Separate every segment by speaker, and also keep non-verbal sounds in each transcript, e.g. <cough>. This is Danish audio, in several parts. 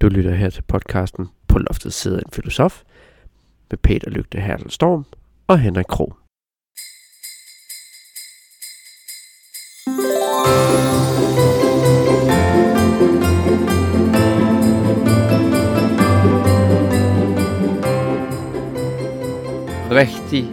Speaker 1: Du lytter her til podcasten På loftet sidder en filosof med Peter Lygte Hertel Storm og Henrik Kro. Rigtig,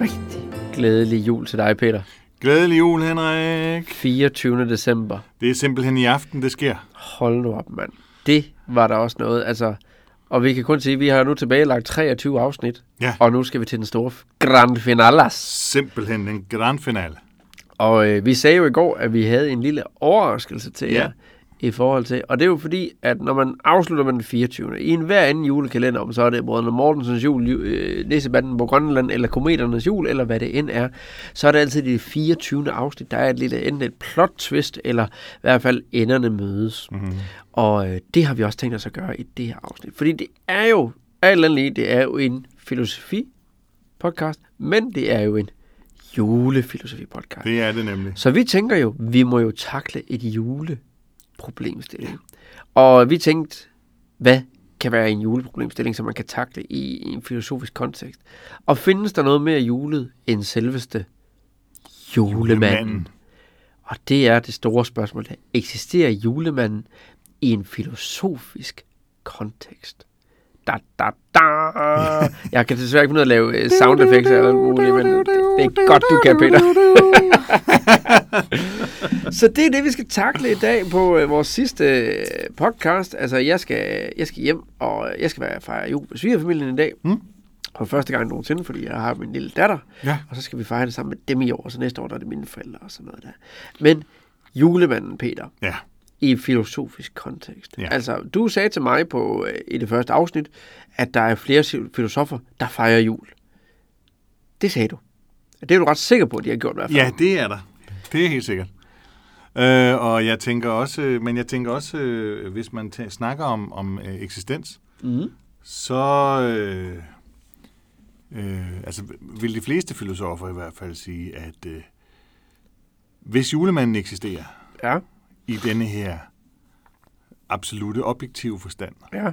Speaker 1: rigtig glædelig jul til dig, Peter.
Speaker 2: Glædelig jul, Henrik.
Speaker 1: 24. december.
Speaker 2: Det er simpelthen i aften, det sker.
Speaker 1: Hold nu op, mand. Det var der også noget. Altså, og vi kan kun sige, at vi har nu tilbagelagt 23 afsnit.
Speaker 2: Ja.
Speaker 1: Og nu skal vi til den store grand finalas.
Speaker 2: Simpelthen en grand finale.
Speaker 1: Og øh, vi sagde jo i går, at vi havde en lille overraskelse til
Speaker 2: Ja.
Speaker 1: jer i forhold til. Og det er jo fordi, at når man afslutter med den 24. i enhver anden julekalender, om så er det Brødrene Mortensens jul, ju- øh, Nissebanden på Grønland, eller Kometernes jul, eller hvad det end er, så er det altid det 24. afsnit, der er et lille enten et plot twist, eller i hvert fald enderne mødes. Mm-hmm. Og øh, det har vi også tænkt os at gøre i det her afsnit. Fordi det er jo, alt eller andet lige, det er jo en filosofi podcast, men det er jo en julefilosofi podcast.
Speaker 2: Det er det nemlig.
Speaker 1: Så vi tænker jo, vi må jo takle et juleproblemstilling. Og vi tænkte, hvad kan være en juleproblemstilling, som man kan takle i en filosofisk kontekst? Og findes der noget mere julet end selveste julemanden?
Speaker 2: Manden.
Speaker 1: Og det er det store spørgsmål. Der. Eksisterer julemanden i en filosofisk kontekst? Da, da, da. Jeg kan desværre ikke finde ud af at lave øh, sound effects eller alt muligt, men det, det er godt, du kan, Peter. <laughs> Så det er det, vi skal takle i dag på øh, vores sidste øh, podcast. Altså, jeg skal, jeg skal hjem, og jeg skal være fejre jul med svigerfamilien i dag. Mm. For første gang nogensinde, fordi jeg har min lille datter.
Speaker 2: Ja.
Speaker 1: Og så skal vi fejre det sammen med dem i år, og så næste år der er det mine forældre og sådan noget der. Men julemanden, Peter,
Speaker 2: Ja,
Speaker 1: i en filosofisk kontekst.
Speaker 2: Ja.
Speaker 1: Altså, du sagde til mig på, øh, i det første afsnit, at der er flere si- filosofer, der fejrer jul. Det sagde du. Det er du ret sikker på, at de har gjort i hvert fald.
Speaker 2: ja det er der. Det er helt sikkert. Øh, og jeg tænker også, øh, men jeg tænker også, øh, hvis man tæ- snakker om, om øh, eksistens,
Speaker 1: Mhm.
Speaker 2: så øh, øh, altså, vil de fleste filosofer i hvert fald sige, at øh, hvis julemanden eksisterer
Speaker 1: Ja,
Speaker 2: i denne her absolute objektive forstand,
Speaker 1: ja.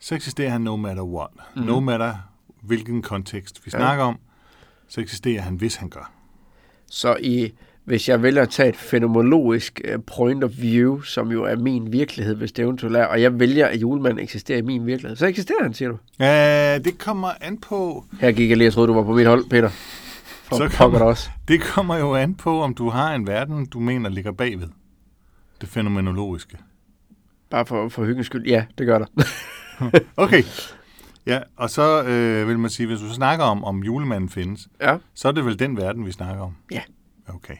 Speaker 2: så eksisterer han no matter what. Mm. No matter hvilken kontekst vi ja. snakker om, så eksisterer han, hvis han gør.
Speaker 1: Så i, hvis jeg vælger at tage et fænomenologisk øh, point of view, som jo er min virkelighed, hvis det eventuelt er, og jeg vælger, at julemanden eksisterer i min virkelighed, så eksisterer han, siger du.
Speaker 2: Øh, det kommer an på,
Speaker 1: Her gik jeg lige og troede, du var på mit hold, Peter. For <laughs>
Speaker 2: Så
Speaker 1: så kommer
Speaker 2: kommer-
Speaker 1: det også.
Speaker 2: det kommer jo an på, om du har en verden, du mener ligger bagved det fænomenologiske.
Speaker 1: Bare for, for hyggens skyld. Ja, det gør der.
Speaker 2: Okay. Ja, og så øh, vil man sige, hvis du snakker om, om julemanden findes,
Speaker 1: <laughs> ja.
Speaker 2: så er det vel den verden, vi snakker om.
Speaker 1: Ja.
Speaker 2: Okay.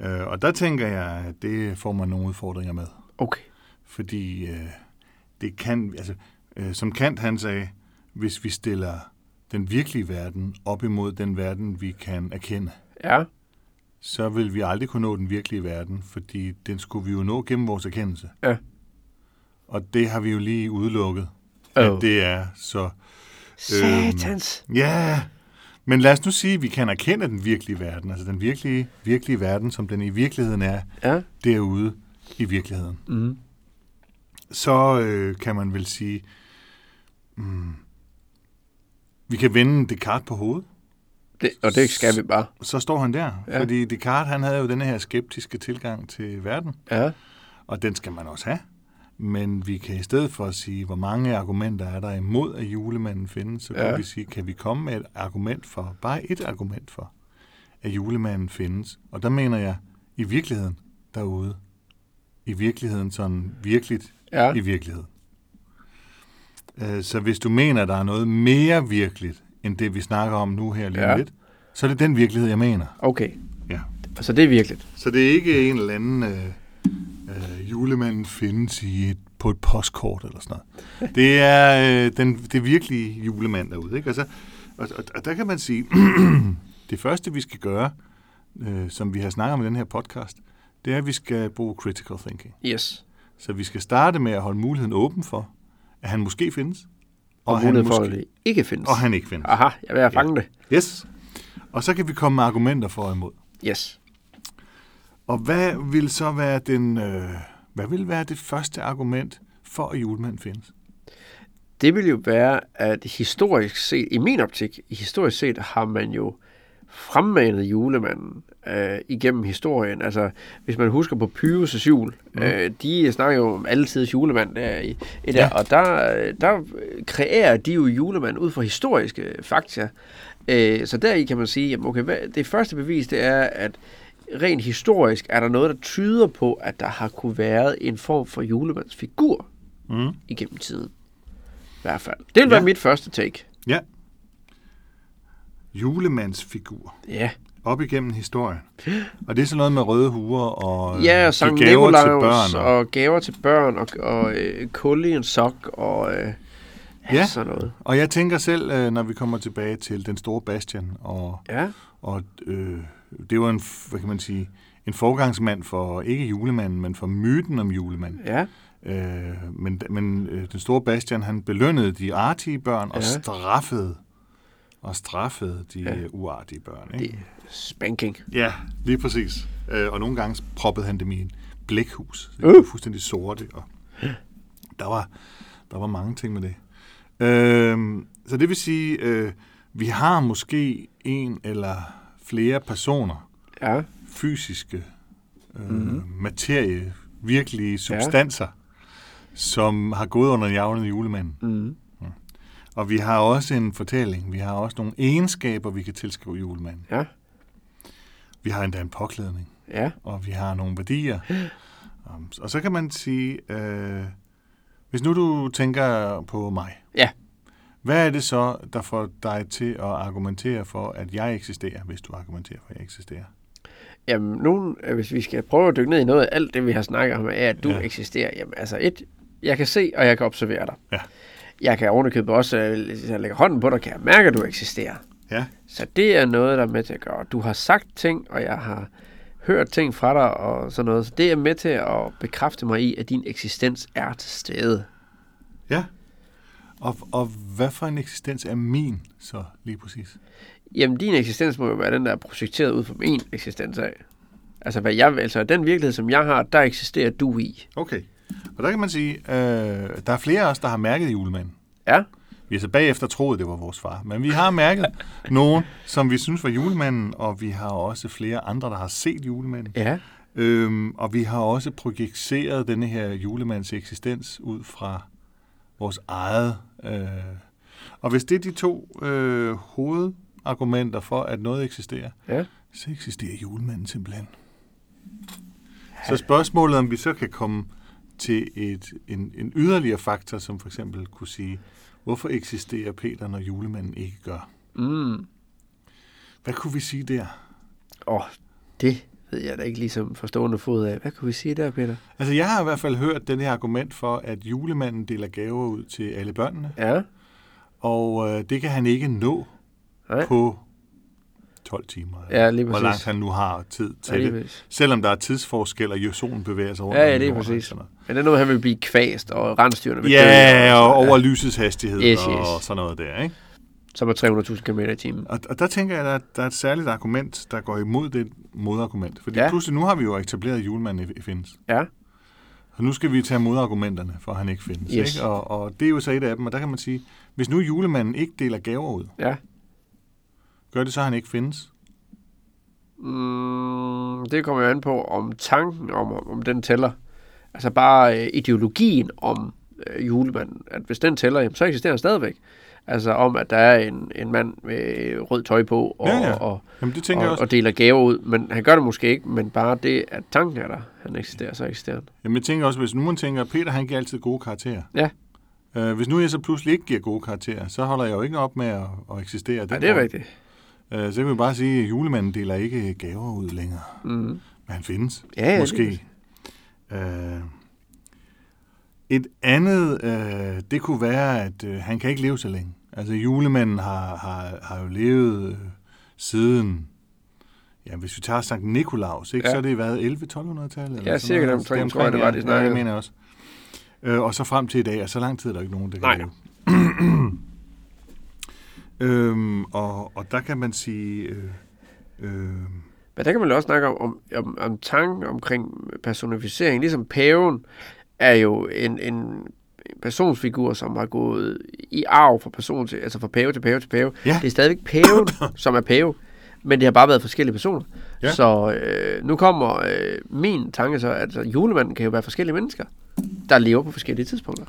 Speaker 2: Øh, og der tænker jeg, at det får man nogle udfordringer med.
Speaker 1: Okay.
Speaker 2: fordi øh, det kan, altså, øh, som Kant han sagde, hvis vi stiller den virkelige verden op imod den verden, vi kan erkende,
Speaker 1: Ja.
Speaker 2: så vil vi aldrig kunne nå den virkelige verden, fordi den skulle vi jo nå gennem vores erkendelse.
Speaker 1: Ja.
Speaker 2: Og det har vi jo lige udelukket, at
Speaker 1: Oh.
Speaker 2: det øhm, er så...
Speaker 1: Satans.
Speaker 2: Ja, men lad os nu sige, at vi kan erkende den virkelige verden, altså den virkelige, virkelige verden, som den i virkeligheden er,
Speaker 1: Ja.
Speaker 2: derude i virkeligheden.
Speaker 1: Mm.
Speaker 2: så øh, kan man vel sige, mm, vi kan vende Descartes på hovedet.
Speaker 1: Det, og det skal vi bare.
Speaker 2: Så står han der,
Speaker 1: Ja.
Speaker 2: ja. fordi Descartes han havde jo den her skeptiske tilgang til verden,
Speaker 1: Ja.
Speaker 2: og den skal man også have. Men vi kan i stedet for at sige, hvor mange argumenter er der imod, at julemanden findes, så kan
Speaker 1: Ja.
Speaker 2: vi sige, kan vi komme med et argument for, bare et argument for, at julemanden findes. Og der mener jeg, i virkeligheden derude. I virkeligheden sådan virkeligt
Speaker 1: Ja.
Speaker 2: i virkeligheden. Øh, Så hvis du mener, der er noget mere virkeligt, end det vi snakker om nu her lige
Speaker 1: Ja.
Speaker 2: ja. lidt, så er det den virkelighed, jeg mener.
Speaker 1: Okay.
Speaker 2: Ja.
Speaker 1: Så det er virkeligt.
Speaker 2: Så det er ikke en eller anden øh, øh, julemanden findes i et, på et postkort eller sådan
Speaker 1: <laughs>
Speaker 2: noget. Det er øh, den, det virkelige julemand derude. Ikke? Og, så, og, og, og der kan man sige, <clears throat> det første vi skal gøre, øh, som vi har snakket om i den her podcast, det er, at vi skal bruge critical thinking.
Speaker 1: Yes.
Speaker 2: Så vi skal starte med at holde muligheden åben for, at han måske findes,
Speaker 1: Og, og
Speaker 2: han,
Speaker 1: mulighed for, at
Speaker 2: måske,
Speaker 1: det ikke findes. Ah.
Speaker 2: og han ikke findes.
Speaker 1: Aha, jeg vil have fanget det.
Speaker 2: Yes. Og så kan vi komme med argumenter for og imod.
Speaker 1: Yes.
Speaker 2: Og hvad vil så være den, øh, hvad vil være det første argument for at julemanden findes?
Speaker 1: Det vil jo være, at historisk set, i min optik, historisk set har man jo fremmanet julemanden øh, igennem historien. Altså, hvis man husker på Pyrus' jul, mm. øh, de snakker jo om altidens julemand der i, i der,
Speaker 2: Ja.
Speaker 1: og der, øh, der kreerer de jo julemanden ud fra historiske fakta. Øh, så deri kan man sige, jamen, okay, hvad, det første bevis, det er, at rent historisk er der noget, der tyder på, at der har kunne været en form for julemandsfigur
Speaker 2: Mm.
Speaker 1: igennem tiden. I hvert fald. Det vil være
Speaker 2: Ja.
Speaker 1: mit første take.
Speaker 2: Ja. Julemandsfigur.
Speaker 1: Ja.
Speaker 2: Op igennem historien. Og det er sådan noget med røde huer og øh,
Speaker 1: Ja,
Speaker 2: give
Speaker 1: og Sankt
Speaker 2: gaver til
Speaker 1: Nikolaus
Speaker 2: børn. Og...
Speaker 1: og gaver til børn og, og øh, kulde i en sok og øh,
Speaker 2: Ja.
Speaker 1: ja. sådan noget.
Speaker 2: og jeg tænker selv, øh, når vi kommer tilbage til den store Bastian, og,
Speaker 1: Ja,
Speaker 2: og øh, det var en, f- hvad kan man sige, en forgangsmand for, ikke julemanden, men for myten om julemanden.
Speaker 1: ja.
Speaker 2: Øh, men men øh, den store Bastian, han belønnede de artige børn og
Speaker 1: Ja.
Speaker 2: straffede og straffede de
Speaker 1: Ja.
Speaker 2: ja. uartige børn. Ikke?
Speaker 1: Det er spanking.
Speaker 2: Ja, lige præcis. Øh, og nogle gange proppede han dem i en blækhus. Det
Speaker 1: Uh!
Speaker 2: var uh. fuldstændig sorte. Og der, var, der var mange ting med det. Øh, så det vil sige, øh, vi har måske en eller flere personer,
Speaker 1: Ja,
Speaker 2: fysiske øh, mm. materie, virkelige substanser, ja. som har gået under jævlen julemanden.
Speaker 1: mm.
Speaker 2: Og vi har også en fortælling. Vi har også nogle egenskaber, vi kan tilskrive julemanden.
Speaker 1: ja,
Speaker 2: Vi har endda en påklædning.
Speaker 1: ja,
Speaker 2: og vi har nogle værdier. Um, Og så kan man sige, øh, hvis nu du tænker på mig,
Speaker 1: ja.
Speaker 2: hvad er det så, der får dig til at argumentere for, at jeg eksisterer, hvis du argumenterer for, at jeg eksisterer?
Speaker 1: Jamen, nogen, øh, hvis vi skal prøve at dykke ned i noget af alt det, vi har snakket om, er, at du
Speaker 2: Ja.
Speaker 1: ja. eksisterer. Jamen, altså et, jeg kan se, og jeg kan observere dig.
Speaker 2: Ja.
Speaker 1: Jeg kan ovenikøbet også, øh, hvis jeg lægger hånden på dig, kan jeg mærke, at du eksisterer.
Speaker 2: Ja,
Speaker 1: Så det er noget, der er med til at gøre. Du har sagt ting, og jeg har hørt ting fra dig og sådan noget. Så det er med til at bekræfte mig i, at din eksistens er til stede.
Speaker 2: ja. Og, og hvad for en eksistens er min så lige præcis?
Speaker 1: Jamen, din eksistens må jo være den, der er projekteret ud fra min eksistens af. Altså, hvad jeg, altså den virkelighed, som jeg har, der eksisterer du i.
Speaker 2: Okay. Og der kan man sige, øh, der er flere af os, der har mærket julemanden.
Speaker 1: Ja?
Speaker 2: Vi har så bagefter troet, det var vores far. Men vi har <laughs> mærket nogen, som vi synes var julemanden, og vi har også flere andre, der har set julemanden.
Speaker 1: Ja.
Speaker 2: Øhm, og vi har også projiceret denne her julemands eksistens ud fra vores eget. Øh. Og hvis det er de to øh, hovedargumenter for, at noget eksisterer,
Speaker 1: Ja.
Speaker 2: så eksisterer julemanden simpelthen. Så spørgsmålet, om vi så kan komme til et, en, en yderligere faktor, som for eksempel kunne sige, hvorfor eksisterer Peter, når julemanden ikke gør?
Speaker 1: Mm.
Speaker 2: Hvad kunne vi sige der?
Speaker 1: Åh, det ved jeg da ikke ligesom forstående fod af. Hvad kunne vi sige der, Peter?
Speaker 2: Altså, jeg har i hvert fald hørt den her argument for, at julemanden deler gaver ud til alle børnene,
Speaker 1: Ja?
Speaker 2: og øh, det kan han ikke nå
Speaker 1: Nej?
Speaker 2: på 12 timer. eller
Speaker 1: Ja, lige
Speaker 2: Hvor
Speaker 1: præcis.
Speaker 2: langt han nu har tid
Speaker 1: ja,
Speaker 2: til
Speaker 1: lige
Speaker 2: det.
Speaker 1: præcis.
Speaker 2: Selvom der er tidsforskel, og jo solen bevæger sig rundt.
Speaker 1: Ja, ja,
Speaker 2: om
Speaker 1: lige
Speaker 2: jorden og
Speaker 1: præcis.
Speaker 2: sådan noget.
Speaker 1: Men det er noget, han vil blive kvæst, og rensdyrene vil
Speaker 2: Ja,
Speaker 1: dø,
Speaker 2: og
Speaker 1: sådan-
Speaker 2: over lysets hastighed
Speaker 1: Yes,
Speaker 2: yes,
Speaker 1: yes.
Speaker 2: yes. og sådan noget der, ikke?
Speaker 1: som er 300.000 km i timen.
Speaker 2: Og, og der tænker jeg, at der, er- der er et særligt argument, der går imod det modargument. Fordi
Speaker 1: Ja.
Speaker 2: ja. pludselig nu har vi jo etableret, at julemanden ikke findes.
Speaker 1: Ja,
Speaker 2: Og nu skal vi tage modargumenterne, for at han ikke findes.
Speaker 1: Yes.
Speaker 2: Ikke? Og, og det er jo så et af dem, og der kan man sige, hvis nu julemanden ikke deler gaver ud,
Speaker 1: ja.
Speaker 2: gør det så, at han ikke findes?
Speaker 1: Mm, det kommer jo an på, om tanken om, om, om den tæller. Altså bare øh, ideologien om øh, julemanden. At hvis den tæller, jamen, så eksisterer den stadigvæk. Altså om, at der er en, en mand med øh, rød tøj på og,
Speaker 2: Ja, ja.
Speaker 1: og,
Speaker 2: Jamen det tænker jeg
Speaker 1: og,
Speaker 2: også.
Speaker 1: og deler gaver ud. Men han gør det måske ikke, men bare det, at tanken er der, han eksisterer, så eksisterer han.
Speaker 2: Jamen jeg tænker også, hvis nu man tænker, at Peter han giver altid gode karakterer.
Speaker 1: Ja.
Speaker 2: Øh, hvis nu jeg så pludselig ikke giver gode karakterer, så holder jeg jo ikke op med at, at eksistere.
Speaker 1: Ja, det er
Speaker 2: år.
Speaker 1: rigtigt.
Speaker 2: Øh, så kan vi bare sige, at julemanden deler ikke gaver ud længere.
Speaker 1: Mm.
Speaker 2: Men han findes.
Speaker 1: Ja, ja, det-
Speaker 2: Måske. Øh, et andet, øh, det kunne være, at øh, han kan ikke leve så længe. Altså julemanden har, har, har jo levet øh, siden, ja, hvis vi tager Sankt Nikolaus, ikke,
Speaker 1: Ja.
Speaker 2: ja. så er det været 11-1200-tallet. eller
Speaker 1: Ja,
Speaker 2: sådan
Speaker 1: cirka
Speaker 2: noget.
Speaker 1: dem tre, tror jeg,
Speaker 2: Omkring,
Speaker 1: det var,
Speaker 2: ja.
Speaker 1: de
Speaker 2: Ja,
Speaker 1: snakkede.
Speaker 2: det mener jeg også. Øh, og så frem til i dag, og så lang tid er der ikke nogen, der kan
Speaker 1: Nej.
Speaker 2: leve. <clears throat> øhm, og, og der kan man sige... Øh, øh,
Speaker 1: Men der kan man jo også snakke om, om, om, om tanken omkring personificering. Ligesom paven er jo en, en personsfigur, som har gået i arv fra person til, altså fra pave til pave til pave.
Speaker 2: Ja.
Speaker 1: Det er stadigvæk
Speaker 2: <coughs>
Speaker 1: paven, som er pave, men det har bare været forskellige personer.
Speaker 2: Ja.
Speaker 1: Så øh, nu kommer øh, min tanke så, at altså, julemanden kan jo være forskellige mennesker, der lever på forskellige tidspunkter.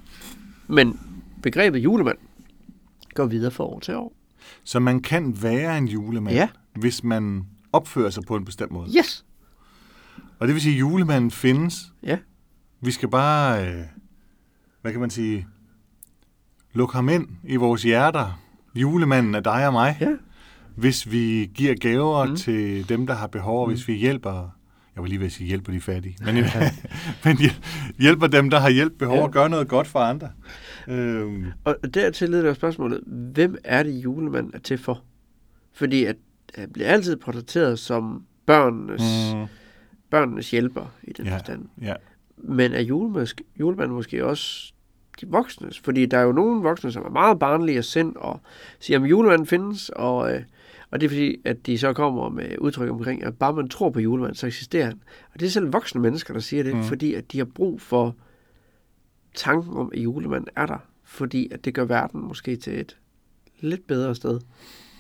Speaker 1: Men begrebet julemand går videre fra år til år.
Speaker 2: Så man kan være en julemand,
Speaker 1: Ja.
Speaker 2: hvis man opfører sig på en bestemt måde.
Speaker 1: Yes!
Speaker 2: Og det vil sige, at julemanden findes.
Speaker 1: Ja.
Speaker 2: Vi skal bare, øh, hvad kan man sige, lukke ham ind i vores hjerter. Julemanden er dig og mig.
Speaker 1: Ja.
Speaker 2: Hvis vi giver gaver mm. til dem, der har behov, og hvis
Speaker 1: Mm.
Speaker 2: vi hjælper, jeg var lige ved at sige, hjælper de fattige,
Speaker 1: <laughs>
Speaker 2: men, men hjæl- hjælper dem, der har hjælp behov,
Speaker 1: Ja.
Speaker 2: og gør noget godt for andre. Øhm,
Speaker 1: Og dertil leder det jo spørgsmålet, hvem er det julemanden er til for? Fordi at han bliver altid portrætteret som børnenes, mm.
Speaker 2: mm,
Speaker 1: børnenes hjælper i den
Speaker 2: Ja.
Speaker 1: ja. forstand.
Speaker 2: ja.
Speaker 1: Men er julemøsk, julemanden måske også de voksnes? Fordi der er jo nogle voksne, som er meget barnlige af sind, og siger, at julemanden findes, og, øh, og det er fordi, at de så kommer med udtryk omkring, at bare man tror på julemanden, så eksisterer han. Og det er selv voksne mennesker, der siger det, mm. fordi at de har brug for tanken om, at julemanden er der, fordi at det gør verden måske til et lidt bedre sted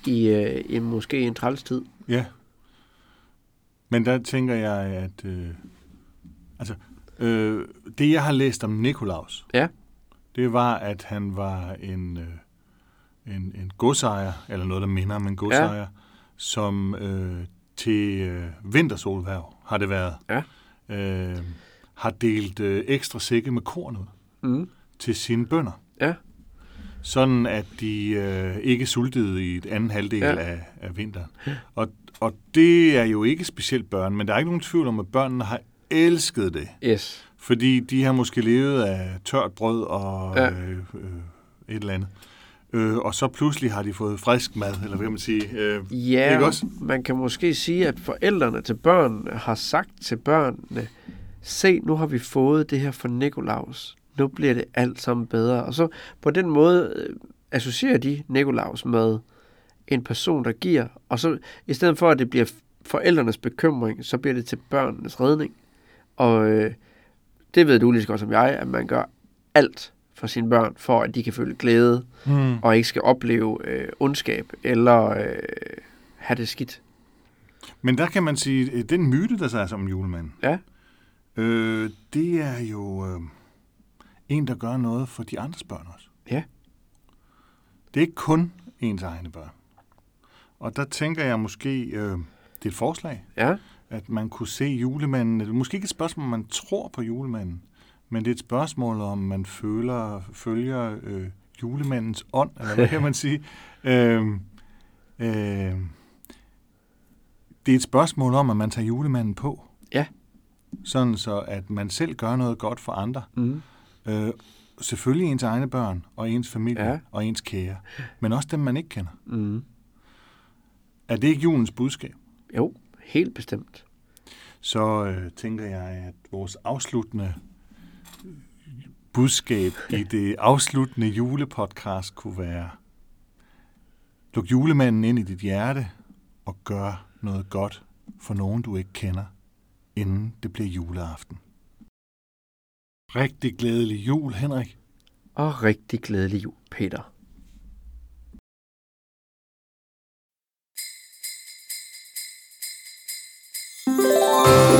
Speaker 1: i øh, en, måske en træls tid.
Speaker 2: Ja. Men der tænker jeg, at... Øh, altså, øh, det jeg har læst om Nikolaus,
Speaker 1: Ja.
Speaker 2: det var, at han var en, øh, en, en godsejer, eller noget, der minder om en godsejer, ja. som øh, til øh, vintersolværv har det været,
Speaker 1: Ja.
Speaker 2: øh, har delt øh, ekstra sække med korn ud
Speaker 1: Mm.
Speaker 2: til sine bønder.
Speaker 1: Ja.
Speaker 2: Sådan at de øh, ikke sultede i den anden halvdel ja.
Speaker 1: Ja.
Speaker 2: af, af vinteren. Og, og det er jo ikke specielt børn, men der er ikke nogen tvivl om, at børnene har elsket det.
Speaker 1: Yes.
Speaker 2: Fordi de har måske levet af tørt brød og
Speaker 1: Ja.
Speaker 2: øh, øh, et eller andet. Øh, og så pludselig har de fået frisk mad, eller hvad kan man sige. Øh,
Speaker 1: Ja,
Speaker 2: Ikke også?
Speaker 1: man kan måske sige, at forældrene til børnene har sagt til børnene, se, nu har vi fået det her fra Nikolaus. Nu bliver det alt sammen bedre. Og så på den måde øh, associerer de Nikolaus med en person, der giver. Og så i stedet for, at det bliver forældrenes bekymring, så bliver det til børnenes redning. Og øh, det ved du lige så godt som jeg, at man gør alt for sine børn, for at de kan føle glæde
Speaker 2: hmm.
Speaker 1: og ikke skal opleve øh, ondskab eller øh, have det skidt.
Speaker 2: Men der kan man sige, at den myte, der sig som julemanden,
Speaker 1: Ja,
Speaker 2: øh, det er jo øh, en, der gør noget for de andres børn også.
Speaker 1: ja,
Speaker 2: Det er ikke kun ens egne børn. Og der tænker jeg måske, øh, det er et forslag,
Speaker 1: ja,
Speaker 2: at man kunne se julemanden. Det er måske ikke et spørgsmål, om man tror på julemanden, men det er et spørgsmål, om man føler, følger øh, julemandens ånd, eller hvad kan man sige. Øh, øh, det er et spørgsmål om, at man tager julemanden på.
Speaker 1: Ja.
Speaker 2: Sådan så, at man selv gør noget godt for andre.
Speaker 1: mm,
Speaker 2: Øh, selvfølgelig ens egne børn, og ens familie, ja.
Speaker 1: Ja.
Speaker 2: og ens kære. Men også dem, man ikke kender.
Speaker 1: mm.
Speaker 2: Er det ikke julens budskab?
Speaker 1: jo, helt bestemt.
Speaker 2: Så øh, tænker jeg, at vores afsluttende budskab i det afsluttende julepodcast kunne være, luk julemanden ind i dit hjerte, og gør noget godt for nogen, du ikke kender, inden det bliver juleaften. Rigtig glædelig jul, Henrik.
Speaker 1: Og rigtig glædelig jul, Peter.
Speaker 3: Thank you.